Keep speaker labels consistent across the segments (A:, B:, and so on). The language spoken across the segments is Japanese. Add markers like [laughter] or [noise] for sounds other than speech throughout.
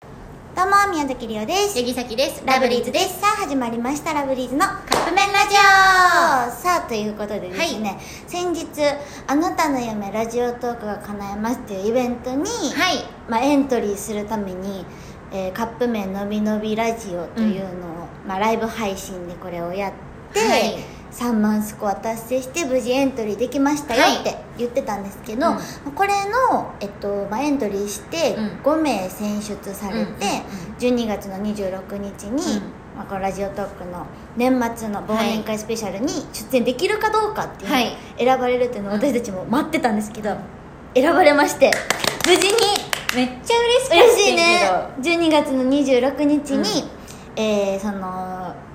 A: どうも宮崎りおです
B: ヤギサキです
A: ラブリーズですすさあ始まりましたラブリーズの
B: カップ麺ラジ
A: さあということでですね、先日「あなたの夢ラジオトークが叶えます」っていうイベントに、
B: オはい
A: まあ、エントリーするために、えーカップ麺のびのびラジオというのを、まあ、ライブ配信でこれをやって、
B: はい
A: 3万スコア達成して無事エントリーできましたよ
B: はい
A: って言ってたんですけど、
B: うん
A: まあこれの、えっとまあ、エントリーして
B: うん
A: 5名選出されて、
B: うんうん
A: 12月の26日に、
B: うん
A: まあ、このラジオトークの年末の忘年会スペシャルに出演できるかどうかっていうのを
B: はい
A: 選ばれるっていうのを
B: うん
A: 私たちも待ってたんですけど、選ばれまして無事に
B: めっちゃ嬉しかった
A: 嬉しいね
B: け
A: 12月の26日に、えーその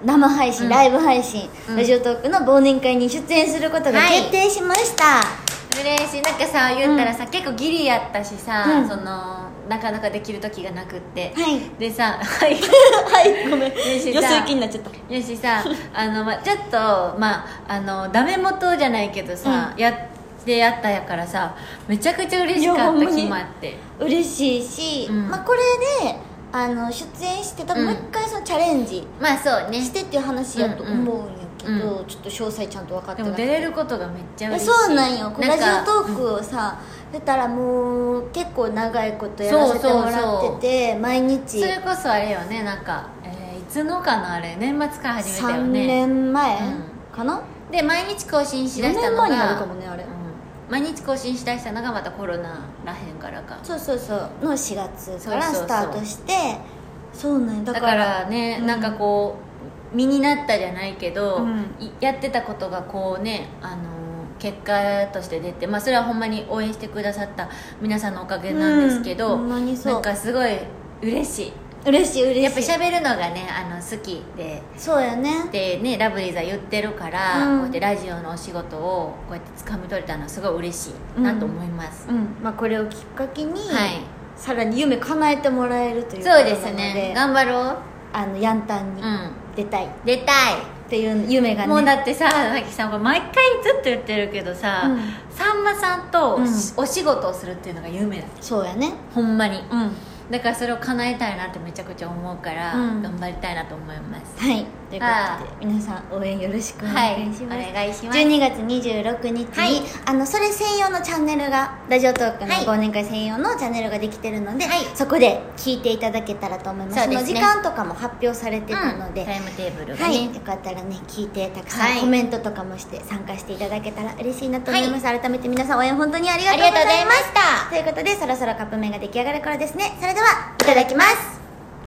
A: 生配信、ライブ配信、
B: うん
A: ラジオトークの忘年会に出演することが
B: はい
A: 決定しました、
B: ど嬉しいなんかさ言ったらさ、結構ギリやったしさ、
A: うん
B: そのなかなかできる時がなくって、
A: はい
B: でさ [laughs] はい
A: はいごめん
B: し
A: よそ行きになっちゃった
B: よし
A: [laughs]
B: さあの、ま、ちょっとまああのダメ元じゃないけどさ、やってやったやからさめちゃくちゃ嬉しかっ
A: いや
B: た
A: ほんまに
B: 日もあって
A: 嬉しいし、
B: うん
A: まあ、これであの出演して多分もう一回そのチャレンジ
B: まあそうね
A: してっていう話やと思うんやけど、
B: うんう
A: ちょっと詳細ちゃんと分かって
B: で
A: な
B: も
A: く
B: 出
A: て
B: れることがめっち
A: え
B: ゃ嬉しい
A: そうなんよこう
B: な
A: ラ
B: ん
A: ジ
B: か
A: オトークをさ、出たらもう結構長いことやらせてもらってて毎日
B: それこそあれよねなんか、えーいつのかなあれ年末から始めたよ
A: 3
B: ね
A: 年前
B: うん
A: かな、
B: で毎日更新し
A: 四
B: だ
A: 4
B: した
A: 年
B: のが
A: 前になるかもねあれ、
B: うん毎日更新しだしたのがまたコロナらへんからか
A: そうそうそうの4月から
B: そうそうそう
A: スタートしてそうなんよ
B: だ
A: だ
B: か
A: から
B: らね、
A: うん
B: なんかこう身になったじゃないけど、
A: うん
B: いやってたことがこうねあのー結果として出て、まあ、それはほんまに応援してくださった皆さんのおかげなんですけど、
A: うんほんまにそう
B: なんかすごい嬉し
A: 嬉しい嬉しい
B: いやっぱ喋るのがねあの好きで
A: そうやね
B: でねラブリーズは言ってるから、
A: うん
B: こうやってラジオのお仕事をこうやって掴み取れたのはすごい嬉しいなと思います、
A: うんまあ、これをきっかけに、
B: はい
A: さらに夢叶えてもらえるということな
B: そう
A: ので
B: ですね頑張ろ
A: あのヤンタン
B: う
A: に
B: うん
A: 出たいっ
B: 出たい
A: ていう夢がね、
B: もうだってささっきさこれ毎回ずっと言ってるけどさ、
A: うん
B: さんまさんと
A: うん
B: しお仕事をするっていうのが夢だ
A: そうやね
B: ほんまに
A: うん
B: だからそれを叶えたいなってめちゃくちゃ思うから、
A: うん
B: 頑張りたいなと思います
A: はい、という
B: あ
A: ことで皆さん応援よろしくお
B: はい
A: 願いし
B: お
A: ます、
B: 願いします
A: 12月26日に、
B: はい
A: あのそれ専用のチャンネルがラジオトークの
B: はい
A: 忘年会専用のチャンネルができてるので、
B: はい
A: そこで聞いていただけたらと思います
B: そう
A: そ
B: です
A: の
B: ね
A: 時間とかも発表されてた
B: うん
A: ので、
B: タイムテーブルが
A: は
B: ね、
A: い、よかったらね聞いてたくさん
B: はい
A: コメントとかもして参加していただけたら嬉しいなと思います、改めて皆さん応援本当にありがとうございます
B: ありがとうございました
A: ということでそろそろカップ麺が出来上がる頃ですねそれではいただきます